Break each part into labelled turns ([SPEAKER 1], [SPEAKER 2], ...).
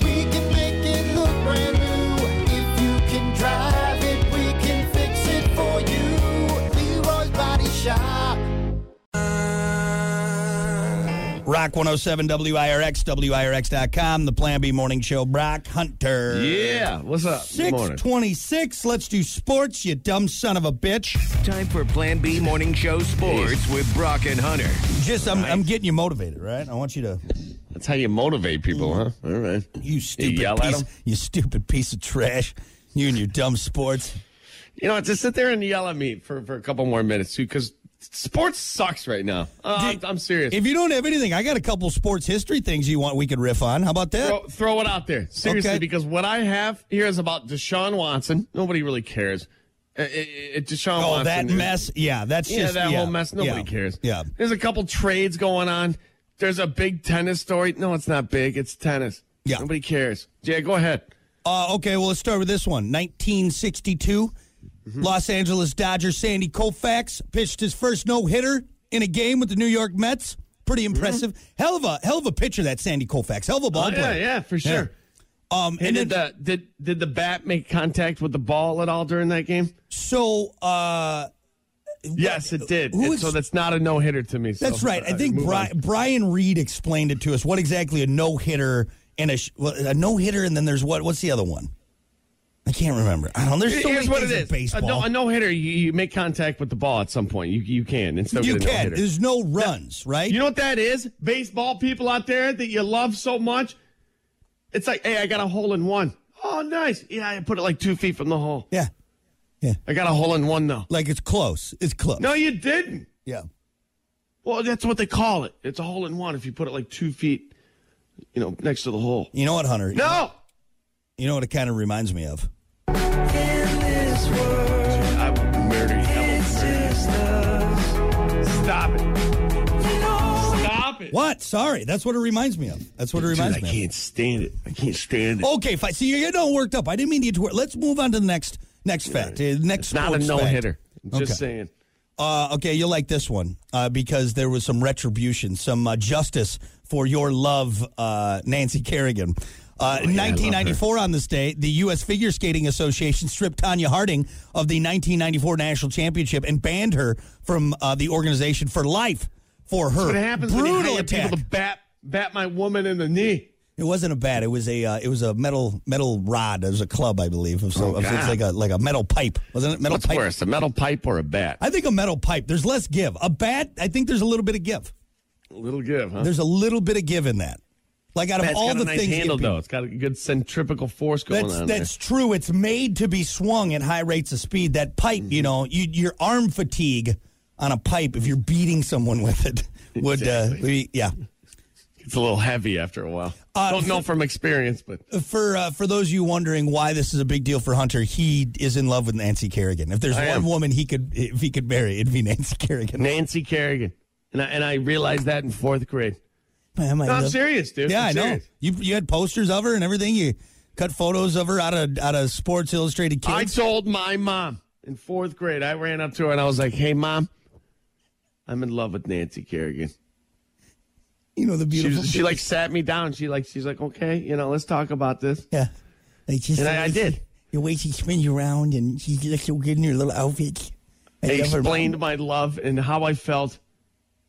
[SPEAKER 1] We can make it look brand new. If you can drive it, we can fix it for you. Leroy's Body Shop.
[SPEAKER 2] Rock 107 WIRX, WIRX.com, the Plan B Morning Show. Brock Hunter.
[SPEAKER 3] Yeah, what's up? Good morning.
[SPEAKER 2] 626. Let's do sports, you dumb son of a bitch.
[SPEAKER 4] Time for Plan B Morning Show Sports with Brock and Hunter.
[SPEAKER 2] Just, I'm, I'm getting you motivated, right? I want you to,
[SPEAKER 3] That's how you motivate people, huh? All right.
[SPEAKER 2] you stupid
[SPEAKER 3] yell at
[SPEAKER 2] piece,
[SPEAKER 3] 'em?
[SPEAKER 2] you stupid piece of trash. You and your dumb sports.
[SPEAKER 3] You know, just sit there and yell at me for, for a couple more minutes, because sports sucks right now. Uh, I'm-
[SPEAKER 2] Dude,
[SPEAKER 3] I'm serious.
[SPEAKER 2] If you don't have anything, I got a couple sports history things you want we could riff on. How about that?
[SPEAKER 3] throw, throw it out there seriously
[SPEAKER 2] Okay.
[SPEAKER 3] because what I have here is about Deshaun Watson. Nobody really cares. Uh, uh, uh, Deshaun
[SPEAKER 2] oh,
[SPEAKER 3] Watson.
[SPEAKER 2] that
[SPEAKER 3] is-
[SPEAKER 2] mess. Yeah, that's
[SPEAKER 3] Yeah,
[SPEAKER 2] just
[SPEAKER 3] that
[SPEAKER 2] yeah,
[SPEAKER 3] whole mess. Nobody
[SPEAKER 2] yeah,
[SPEAKER 3] cares.
[SPEAKER 2] Yeah.
[SPEAKER 3] There's a couple trades going on. There's a big tennis story. No, it's not big. It's tennis.
[SPEAKER 2] Yeah.
[SPEAKER 3] Nobody cares. Yeah, go ahead.
[SPEAKER 2] Uh, okay, well, let's start with this one. 1962,
[SPEAKER 3] Mm-hmm.
[SPEAKER 2] Los Angeles Dodgers Sandy Koufax pitched his first no hitter in a game with the New York Mets. Pretty impressive. Hell of a hell of a pitcher that Sandy Koufax. Hell of a ball
[SPEAKER 3] Mm-hmm. Oh, yeah,
[SPEAKER 2] player.
[SPEAKER 3] yeah, for sure.
[SPEAKER 2] Um,
[SPEAKER 3] Hey,
[SPEAKER 2] and then,
[SPEAKER 3] did the did did the bat make contact with the ball at all during that game?
[SPEAKER 2] so uh,
[SPEAKER 3] Yes, it did.
[SPEAKER 2] who
[SPEAKER 3] And
[SPEAKER 2] is-
[SPEAKER 3] so that's not a no hitter to me. so,
[SPEAKER 2] that's right. I
[SPEAKER 3] uh,
[SPEAKER 2] think
[SPEAKER 3] move
[SPEAKER 2] Bri-
[SPEAKER 3] on.
[SPEAKER 2] Brian Reed explained it to us. What exactly a no hitter and a sh- well, a no hitter, and then there's what? What's the other one? I can't remember. I don't. know. There's so
[SPEAKER 3] Here's
[SPEAKER 2] many
[SPEAKER 3] what it
[SPEAKER 2] things in
[SPEAKER 3] is.
[SPEAKER 2] baseball.
[SPEAKER 3] A, no, a no-hitter, you, you make contact with the ball at some point. You you can. It's still
[SPEAKER 2] you
[SPEAKER 3] get a
[SPEAKER 2] can.
[SPEAKER 3] No-hitter.
[SPEAKER 2] There's no runs, right?
[SPEAKER 3] You know what that is? Baseball people out there that you love so much. It's like, hey, I got a hole in one. Oh, nice. Yeah, I put it like two feet from the hole.
[SPEAKER 2] yeah.
[SPEAKER 3] I got a hole in one though.
[SPEAKER 2] Like it's close. It's close.
[SPEAKER 3] No, you didn't.
[SPEAKER 2] Yeah.
[SPEAKER 3] Well, that's what they call it. It's a hole in one if you put it like two feet, you know, next to the hole.
[SPEAKER 2] You know what, Hunter?
[SPEAKER 3] No,
[SPEAKER 2] You know what it kind of reminds me of?
[SPEAKER 3] I will murder you. I will murder you. Stop it. Stop it.
[SPEAKER 2] What? Sorry. That's what it reminds me of. That's what it
[SPEAKER 3] Dude,
[SPEAKER 2] reminds
[SPEAKER 3] I
[SPEAKER 2] me
[SPEAKER 3] can't stand it. I can't stand it.
[SPEAKER 2] of. Okay, fine. See, you're getting all worked up. I didn't mean you to. Work. Let's move on to the next next fact. uh, Next
[SPEAKER 3] it's not a
[SPEAKER 2] sports fact.
[SPEAKER 3] no-hitter. I'm Just
[SPEAKER 2] Okay.
[SPEAKER 3] saying.
[SPEAKER 2] Uh, okay, you'll like this one uh, because there was some retribution, some uh, justice for your love, uh, Nancy Kerrigan.
[SPEAKER 3] Oh,
[SPEAKER 2] Uh, in 1994, on this day, the U.S. Figure Skating Association stripped Tanya Harding of the 1994 national championship and banned her from uh, the organization for life for her
[SPEAKER 3] What happens
[SPEAKER 2] brutal
[SPEAKER 3] when you hire
[SPEAKER 2] attack.
[SPEAKER 3] people to bat bat my woman in the knee?
[SPEAKER 2] It wasn't a bat. It was a uh, it was a metal metal rod. It was a club, I believe. Of some,
[SPEAKER 3] Oh,
[SPEAKER 2] of, it's
[SPEAKER 3] God.
[SPEAKER 2] like a like a metal pipe, wasn't it? Metal
[SPEAKER 3] What's
[SPEAKER 2] pipe.
[SPEAKER 3] worse, a metal pipe or a bat?
[SPEAKER 2] I think a metal pipe. There's less give. A bat. I think there's a little bit of give.
[SPEAKER 3] A little give, huh?
[SPEAKER 2] There's a little bit of give in that. Like out of
[SPEAKER 3] Bat's
[SPEAKER 2] all
[SPEAKER 3] got
[SPEAKER 2] the
[SPEAKER 3] a nice
[SPEAKER 2] things,
[SPEAKER 3] handle
[SPEAKER 2] you-
[SPEAKER 3] though. It's got a good centrifugal force going
[SPEAKER 2] that's
[SPEAKER 3] on.
[SPEAKER 2] that's true. It's made to be swung at high rates of speed. That pipe,
[SPEAKER 3] Mm-hmm.
[SPEAKER 2] you know, you, your arm fatigue on a pipe if you're beating someone with it would, uh, be, yeah.
[SPEAKER 3] there. It's a little heavy after a while.
[SPEAKER 2] Uh,
[SPEAKER 3] Don't know from experience, but
[SPEAKER 2] For uh, for those of you wondering why this is a big deal for Hunter, he is in love with Nancy Kerrigan. If there's
[SPEAKER 3] I
[SPEAKER 2] one
[SPEAKER 3] am.
[SPEAKER 2] woman he could if he could marry, it'd be Nancy Kerrigan.
[SPEAKER 3] Nancy Kerrigan, and I, and I realized that in fourth grade.
[SPEAKER 2] Man, my
[SPEAKER 3] No, I'm
[SPEAKER 2] love-
[SPEAKER 3] serious, dude.
[SPEAKER 2] Yeah,
[SPEAKER 3] I'm
[SPEAKER 2] I know.
[SPEAKER 3] serious.
[SPEAKER 2] You you had posters of her and everything. You cut photos of her out of out of Sports Illustrated
[SPEAKER 3] I
[SPEAKER 2] Kids.
[SPEAKER 3] told my mom in fourth grade. I ran up to her and I was like, "Hey, mom, I'm in love with Nancy Kerrigan."
[SPEAKER 2] you know the
[SPEAKER 3] She,
[SPEAKER 2] beautiful.
[SPEAKER 3] was, she like sat me down. She like she's like, "Okay, you know, let's talk about this."
[SPEAKER 2] Yeah. Like just
[SPEAKER 3] And I- I
[SPEAKER 2] the way
[SPEAKER 3] did.
[SPEAKER 2] she- The way she spins you around and she looks so good in her little outfit. I
[SPEAKER 3] I
[SPEAKER 2] love her,
[SPEAKER 3] explained
[SPEAKER 2] Mom.
[SPEAKER 3] my love and how I felt,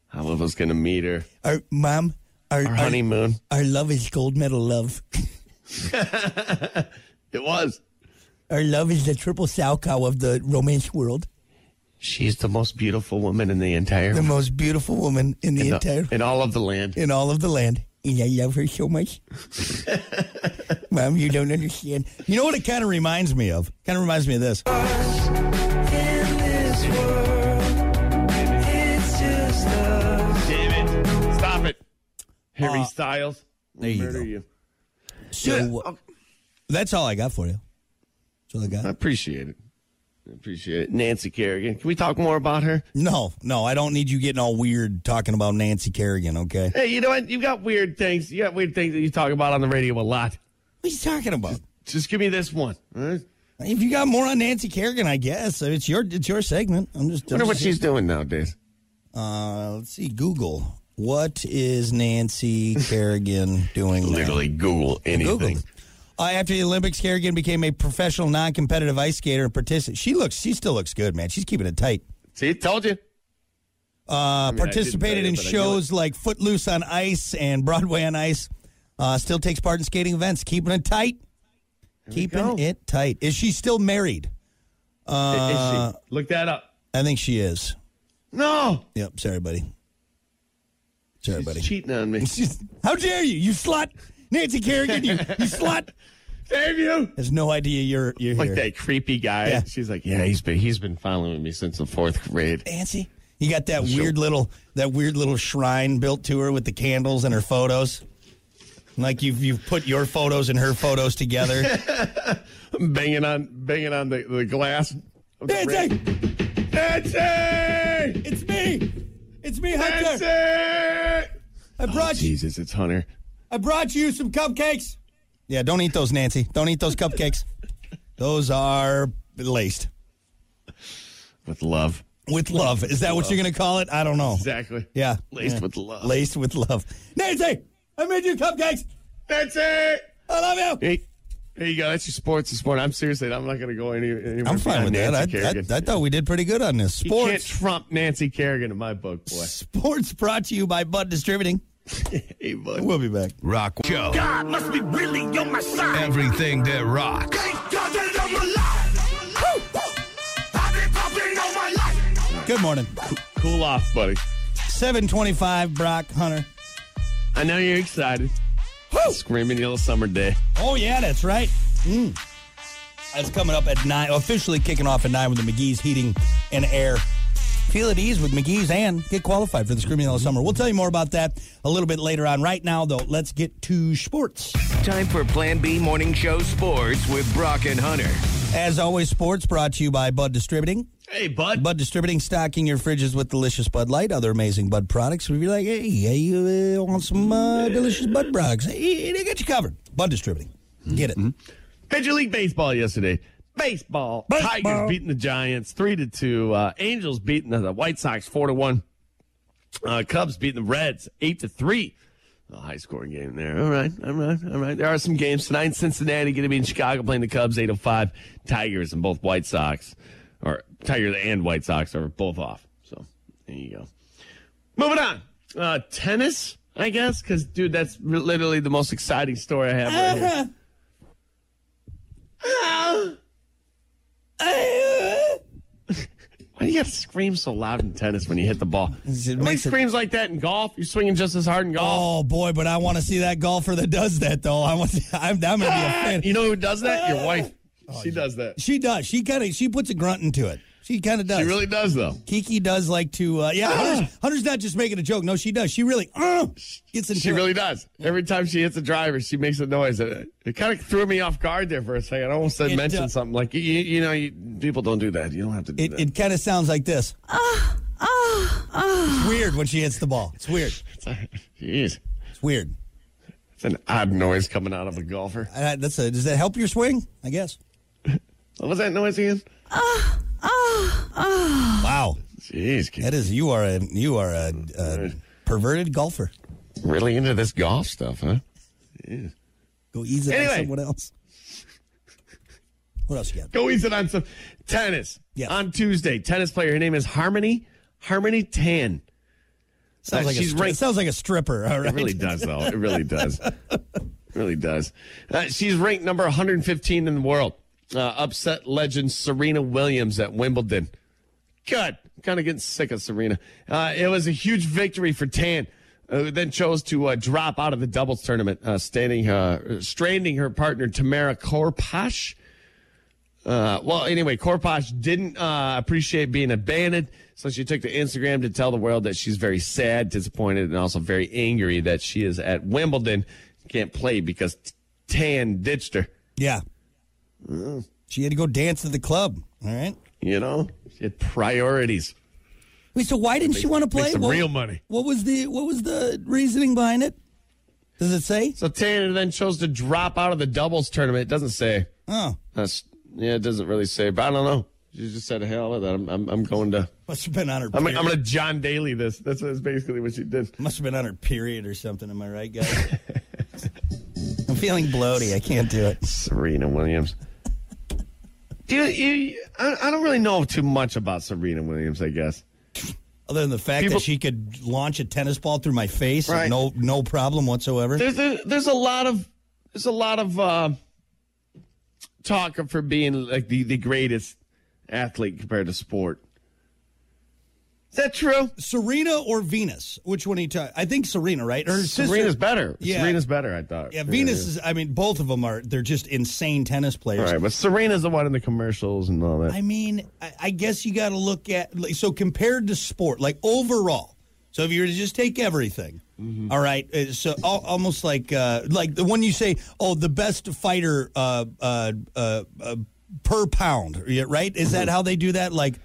[SPEAKER 3] how I was going to meet her,
[SPEAKER 2] Our mom, our,
[SPEAKER 3] our
[SPEAKER 2] our,
[SPEAKER 3] honeymoon.
[SPEAKER 2] our love is gold medal love.
[SPEAKER 3] It was.
[SPEAKER 2] Our love is the triple salchow of the romance world.
[SPEAKER 3] She's the most beautiful woman in the entire
[SPEAKER 2] The most beautiful woman in the
[SPEAKER 3] in, the-
[SPEAKER 2] entire
[SPEAKER 3] in all of the land.
[SPEAKER 2] in all of the land. And I love her so much. Mom, you don't understand. You know what it kind of reminds me of? Kind of reminds me of this.
[SPEAKER 3] Damn it! Stop it, Harry Styles.
[SPEAKER 2] Uh, there you
[SPEAKER 3] murder
[SPEAKER 2] go.
[SPEAKER 3] you.
[SPEAKER 2] So uh,
[SPEAKER 3] Yeah, Oh,
[SPEAKER 2] that's all I got for you. That's all I got.
[SPEAKER 3] I appreciate it. I appreciate it. Nancy Kerrigan. Can we talk more about her?
[SPEAKER 2] No, no, I don't need you getting all weird talking about Nancy Kerrigan, okay?
[SPEAKER 3] Hey, you know what? You got weird things. You got weird things that you talk about on the radio a lot.
[SPEAKER 2] What are you talking about?
[SPEAKER 3] Just give me this one. All right?
[SPEAKER 2] If you got more on Nancy Kerrigan, I guess it's your it's your segment. I'm just
[SPEAKER 3] Wonder
[SPEAKER 2] I'm
[SPEAKER 3] what
[SPEAKER 2] just-
[SPEAKER 3] she's doing nowadays.
[SPEAKER 2] Uh, let's see, Google What is Nancy Kerrigan doing now?
[SPEAKER 3] Literally Google anything.
[SPEAKER 2] Google. Uh, after the Olympics, Kerrigan became a professional, non-competitive ice skater and participant. She looks, she still looks good, man. She's keeping it tight.
[SPEAKER 3] See, told you.
[SPEAKER 2] Uh,
[SPEAKER 3] I didn't
[SPEAKER 2] participated
[SPEAKER 3] say it,
[SPEAKER 2] in
[SPEAKER 3] but I knew
[SPEAKER 2] shows like Footloose on Ice and Broadway on Ice. Uh, still takes part in skating events, keeping it tight.
[SPEAKER 3] go.
[SPEAKER 2] Keeping it tight. Is she still married?
[SPEAKER 3] Uh, Look that up.
[SPEAKER 2] I think she is.
[SPEAKER 3] No,
[SPEAKER 2] Yep. Sorry, buddy. Sorry, buddy.
[SPEAKER 3] he's cheating on me.
[SPEAKER 2] She's- how dare you, you slut, Nancy Kerrigan, you, you slut.
[SPEAKER 3] Damn you!
[SPEAKER 2] Has no idea you're you're
[SPEAKER 3] Like
[SPEAKER 2] here,
[SPEAKER 3] that creepy guy.
[SPEAKER 2] Yeah.
[SPEAKER 3] She's like, yeah, he's been he's been following me since the fourth grade.
[SPEAKER 2] Nancy. You got that weird little that weird little shrine built to her with the candles and her photos. Like you've you've put your photos and her photos together.
[SPEAKER 3] banging on banging on the, the glass.
[SPEAKER 2] Nancy,
[SPEAKER 3] Nancy!
[SPEAKER 2] it's me. It's me, Hunter.
[SPEAKER 3] Nancy!
[SPEAKER 2] I brought you,
[SPEAKER 3] Jesus, it's Hunter.
[SPEAKER 2] I brought you some cupcakes. Yeah, don't eat those, Nancy. Don't eat those cupcakes. Those are laced
[SPEAKER 3] With love.
[SPEAKER 2] with love. Is that what you're going to call it? I don't know.
[SPEAKER 3] Exactly.
[SPEAKER 2] Yeah.
[SPEAKER 3] Laced
[SPEAKER 2] Yeah.
[SPEAKER 3] with love.
[SPEAKER 2] Laced with love. Nancy, I made you cupcakes.
[SPEAKER 3] Nancy!
[SPEAKER 2] I love you.
[SPEAKER 3] Hey, there you go. That's your sports this morning. I'm seriously, I'm not going to go any, anywhere.
[SPEAKER 2] I'm fine
[SPEAKER 3] beyond
[SPEAKER 2] with that. I,
[SPEAKER 3] Nancy Kerrigan.
[SPEAKER 2] I, I thought we did pretty good on this.
[SPEAKER 3] You can't
[SPEAKER 2] Sports.
[SPEAKER 3] trump Nancy Kerrigan in my book, boy.
[SPEAKER 2] Sports brought to you by Bud Distributing.
[SPEAKER 3] Hey, bud.
[SPEAKER 2] We'll be back.
[SPEAKER 4] Rock Joe.
[SPEAKER 5] God must be really on my side.
[SPEAKER 4] Everything that rocks.
[SPEAKER 5] Thank God that I'm alive. I've been popping all my life.
[SPEAKER 2] Good morning.
[SPEAKER 3] Cool off, buddy.
[SPEAKER 2] 725 Brock Hunter.
[SPEAKER 3] I know you're excited. Screaming yellow summer day.
[SPEAKER 2] Oh, yeah, that's right. Mm. That's coming up at 9, officially kicking off at 9 with the McGee's Heating and Air. Feel at ease with McGee's and get qualified for the Screaming Yellow Summer. We'll tell you more about that a little bit later on. Right now, though, let's get to sports.
[SPEAKER 4] Time for Plan B Morning Show Sports with Brock and Hunter.
[SPEAKER 2] As always, sports brought to you by Bud Distributing.
[SPEAKER 3] Hey, bud.
[SPEAKER 2] Bud Distributing stocking your fridges with delicious Bud Light, other amazing Bud products. We'd be like, hey, hey you uh, want some uh, delicious Bud products? Hey, they got you covered. Bud Distributing. Get it.
[SPEAKER 3] Mm-hmm. Major League Baseball yesterday. Baseball.
[SPEAKER 2] Baseball.
[SPEAKER 3] Tigers beating the Giants three to two. Uh, Angels beating the White Sox four to one. Uh, Cubs beating the Reds eight to three. A high scoring game there. All right, all right, all right. There are some games tonight. in Cincinnati going to be in Chicago playing the Cubs eight to five. Tigers and both White Sox, or Tigers and White Sox are both off. So there you go. Moving on. Uh, tennis, I guess, because dude, that's re- literally the most exciting story I have right
[SPEAKER 2] Uh-huh.
[SPEAKER 3] here.
[SPEAKER 2] Uh-huh.
[SPEAKER 3] Why do you gotta scream so loud in tennis when you hit the ball?
[SPEAKER 2] it
[SPEAKER 3] Nobody
[SPEAKER 2] makes it-
[SPEAKER 3] screams like that in golf. You're swinging just as hard in golf.
[SPEAKER 2] Oh boy, but I want to see that golfer that does that though. I want. To, I'm, I'm gonna be a fan.
[SPEAKER 3] You know who does that? Your wife. she does that.
[SPEAKER 2] Oh, She does. She kind of. She puts a grunt into it. She kind of does.
[SPEAKER 3] She really Uh-huh. does, though.
[SPEAKER 2] Kiki does like to. Uh, yeah, Hunter's, Hunter's not just making a joke. No, she does. She really uh, gets into
[SPEAKER 3] She
[SPEAKER 2] it.
[SPEAKER 3] really does. Every time she hits a driver, she makes a noise. It, it kind of threw me off guard there for a second. I almost said
[SPEAKER 2] It uh,
[SPEAKER 3] mentioned
[SPEAKER 2] does.
[SPEAKER 3] something like, you, you you know, you, people don't do that. You don't have to do
[SPEAKER 2] It,
[SPEAKER 3] that.
[SPEAKER 2] it kind of sounds like this. It's weird when she hits the ball. It's weird.
[SPEAKER 3] Jeez.
[SPEAKER 2] It's weird.
[SPEAKER 3] It's an odd noise coming out of a golfer.
[SPEAKER 2] Uh, that's a, does that help your swing? I guess.
[SPEAKER 3] What was that noise again?
[SPEAKER 2] Wow,
[SPEAKER 3] Jeez, kid.
[SPEAKER 2] that is you are a you are a, a perverted golfer.
[SPEAKER 3] really into this golf stuff, huh?
[SPEAKER 2] Go easy
[SPEAKER 3] Anyway.
[SPEAKER 2] on someone else. What else you got?
[SPEAKER 3] Go easy on some tennis.
[SPEAKER 2] Yes.
[SPEAKER 3] On Tuesday, tennis player. Her name is Harmony Harmony Tan.
[SPEAKER 2] Sounds like
[SPEAKER 3] she's
[SPEAKER 2] a stri-
[SPEAKER 3] ranked-
[SPEAKER 2] sounds like a stripper. All right.
[SPEAKER 3] It really does, though. It really does. It really does. Uh, she's ranked number 115 in the world. Uh, upset legend Serena Williams at Wimbledon. Good. Kind of getting sick of Serena. Uh, it was a huge victory for Tan, uh, who then chose to uh, drop out of the doubles tournament, uh, standing, uh, stranding her partner Tamara Korpash. Uh, well, anyway, Korpash didn't uh, appreciate being abandoned, so she took to Instagram to tell the world that she's very sad, disappointed, and also very angry that she is at Wimbledon, can't play because Tan ditched her.
[SPEAKER 2] Yeah.
[SPEAKER 3] Mm.
[SPEAKER 2] She had to go dance at the club. All right.
[SPEAKER 3] You know, she had priorities.
[SPEAKER 2] Wait, so why didn't she want to play?
[SPEAKER 3] some real money.
[SPEAKER 2] What was the what was the reasoning behind it? Does it say?
[SPEAKER 3] So Tan then chose to drop out of the doubles tournament. It doesn't say. uh,
[SPEAKER 2] Oh.
[SPEAKER 3] That's yeah, it doesn't really say, but I don't know. She just said, "Hell with that! I'm, I'm, I'm going to.
[SPEAKER 2] Must have been on her.
[SPEAKER 3] I'm,
[SPEAKER 2] period.
[SPEAKER 3] I'm going to John Daly this. That's, that's basically what she did.
[SPEAKER 2] Must have been on her period or something. Am I right, guys? I'm feeling bloaty. I can't do it.
[SPEAKER 3] Serena Williams. Do you, you, I, I don't really know too much about Serena Williams. I guess.
[SPEAKER 2] Other than the fact
[SPEAKER 3] People-
[SPEAKER 2] that she could launch a tennis ball through my face,
[SPEAKER 3] Right.
[SPEAKER 2] no no problem whatsoever.
[SPEAKER 3] there's there's, there's a lot of there's a lot of uh, talk of her being like the, the greatest athlete compared to sport. Is that true?
[SPEAKER 2] Serena or Venus? Which one are you talking? I think Serena, right? Her
[SPEAKER 3] Serena's
[SPEAKER 2] sister.
[SPEAKER 3] better.
[SPEAKER 2] Yeah.
[SPEAKER 3] Serena's better. I thought.
[SPEAKER 2] Yeah, Venus
[SPEAKER 3] yeah.
[SPEAKER 2] is. I mean, both of them are. They're just insane tennis players.
[SPEAKER 3] All right, but Serena's the one in the commercials and all that.
[SPEAKER 2] I mean, I, I guess you got to look at like, so compared to sport, like overall. So if you were to just take everything,
[SPEAKER 3] Mm-hmm.
[SPEAKER 2] all right, uh, so al- almost like uh, like the one you say, oh, the best fighter uh, uh, uh, uh, per pound, yeah, right? Is that how they do that? Like,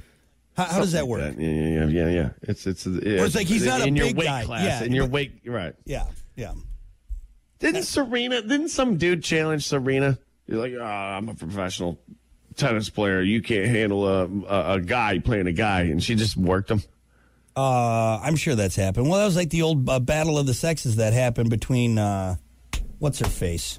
[SPEAKER 2] how, how does that work?
[SPEAKER 3] Yeah, yeah, yeah, yeah, yeah. It's it's. Yeah,
[SPEAKER 2] Or it's like he's
[SPEAKER 3] in,
[SPEAKER 2] not a
[SPEAKER 3] in your
[SPEAKER 2] big
[SPEAKER 3] weight
[SPEAKER 2] guy.
[SPEAKER 3] class.
[SPEAKER 2] Yeah,
[SPEAKER 3] in your
[SPEAKER 2] but-
[SPEAKER 3] weight, right?
[SPEAKER 2] Yeah, yeah.
[SPEAKER 3] Didn't Serena? Didn't some dude challenge Serena? You're like, oh, I'm a professional tennis player. You can't handle a, a a guy playing a guy, and she just worked him.
[SPEAKER 2] Uh, I'm sure that's happened. Well, that was like the old uh, battle of the sexes that happened between uh, what's her face,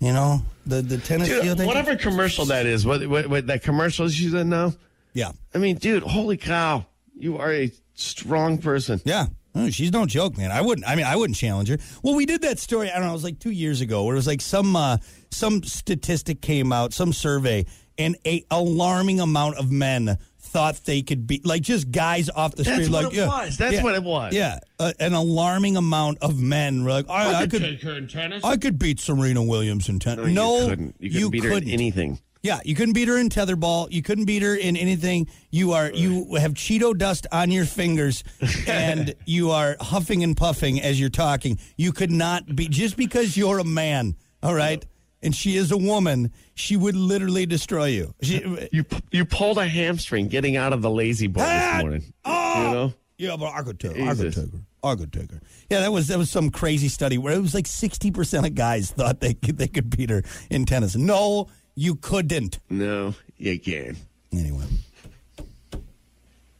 [SPEAKER 2] you know, the the tennis
[SPEAKER 3] Dude,
[SPEAKER 2] field. thing?
[SPEAKER 3] whatever commercial that is, what, what, what that commercial she's in now.
[SPEAKER 2] Yeah.
[SPEAKER 3] I mean, dude, holy cow, you are a strong person.
[SPEAKER 2] Yeah. Oh, she's no joke, man. I wouldn't. I mean, I wouldn't challenge her. Well, we did that story. I don't know. It was like two years ago, where it was like some uh, some statistic came out, some survey, and a alarming amount of men thought they could be like just guys off the
[SPEAKER 3] That's
[SPEAKER 2] street.
[SPEAKER 3] what
[SPEAKER 2] like
[SPEAKER 3] it
[SPEAKER 2] yeah,
[SPEAKER 3] was. That's
[SPEAKER 2] yeah,
[SPEAKER 3] what it was.
[SPEAKER 2] Yeah, uh, an alarming amount of men were like, I, I could,
[SPEAKER 3] her in tennis.
[SPEAKER 2] I could beat Serena Williams in tennis. No,
[SPEAKER 3] you couldn't. You couldn't beat her in
[SPEAKER 2] couldn't.
[SPEAKER 3] anything.
[SPEAKER 2] Yeah, you couldn't beat her in tetherball. You couldn't beat her in anything. You are you have Cheeto dust on your fingers, and you are huffing and puffing as you're talking. You could not be just because you're a man. All right, and she is a woman. She would literally destroy you. She,
[SPEAKER 3] You you pulled a hamstring getting out of the lazy boy
[SPEAKER 2] Ah!
[SPEAKER 3] this morning.
[SPEAKER 2] Oh!
[SPEAKER 3] You know.
[SPEAKER 2] yeah, but I could take. her. I could
[SPEAKER 3] Jesus.
[SPEAKER 2] take her. I could take her. Yeah, that was that was some crazy study where it was like sixty percent of guys thought they could, they could beat her in tennis. No, you couldn't.
[SPEAKER 3] No, you can.
[SPEAKER 2] Anyway,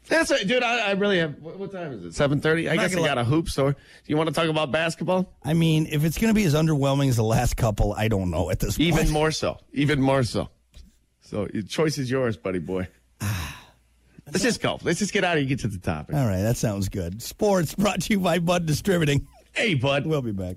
[SPEAKER 3] That's right, dude. I, I really have. What, what time is it? Seven thirty. I guess I got a hoop store. Do you want to talk about basketball?
[SPEAKER 2] I mean, if it's going to be as underwhelming as the last couple, I don't know at this point.
[SPEAKER 3] Even more so. Even more so. So your choice is yours, buddy boy. Let's just go. Let's just get out of here. and Get to the topic.
[SPEAKER 2] All right, that sounds good. Sports brought to you by Bud Distributing.
[SPEAKER 3] Hey, bud.
[SPEAKER 2] We'll be back.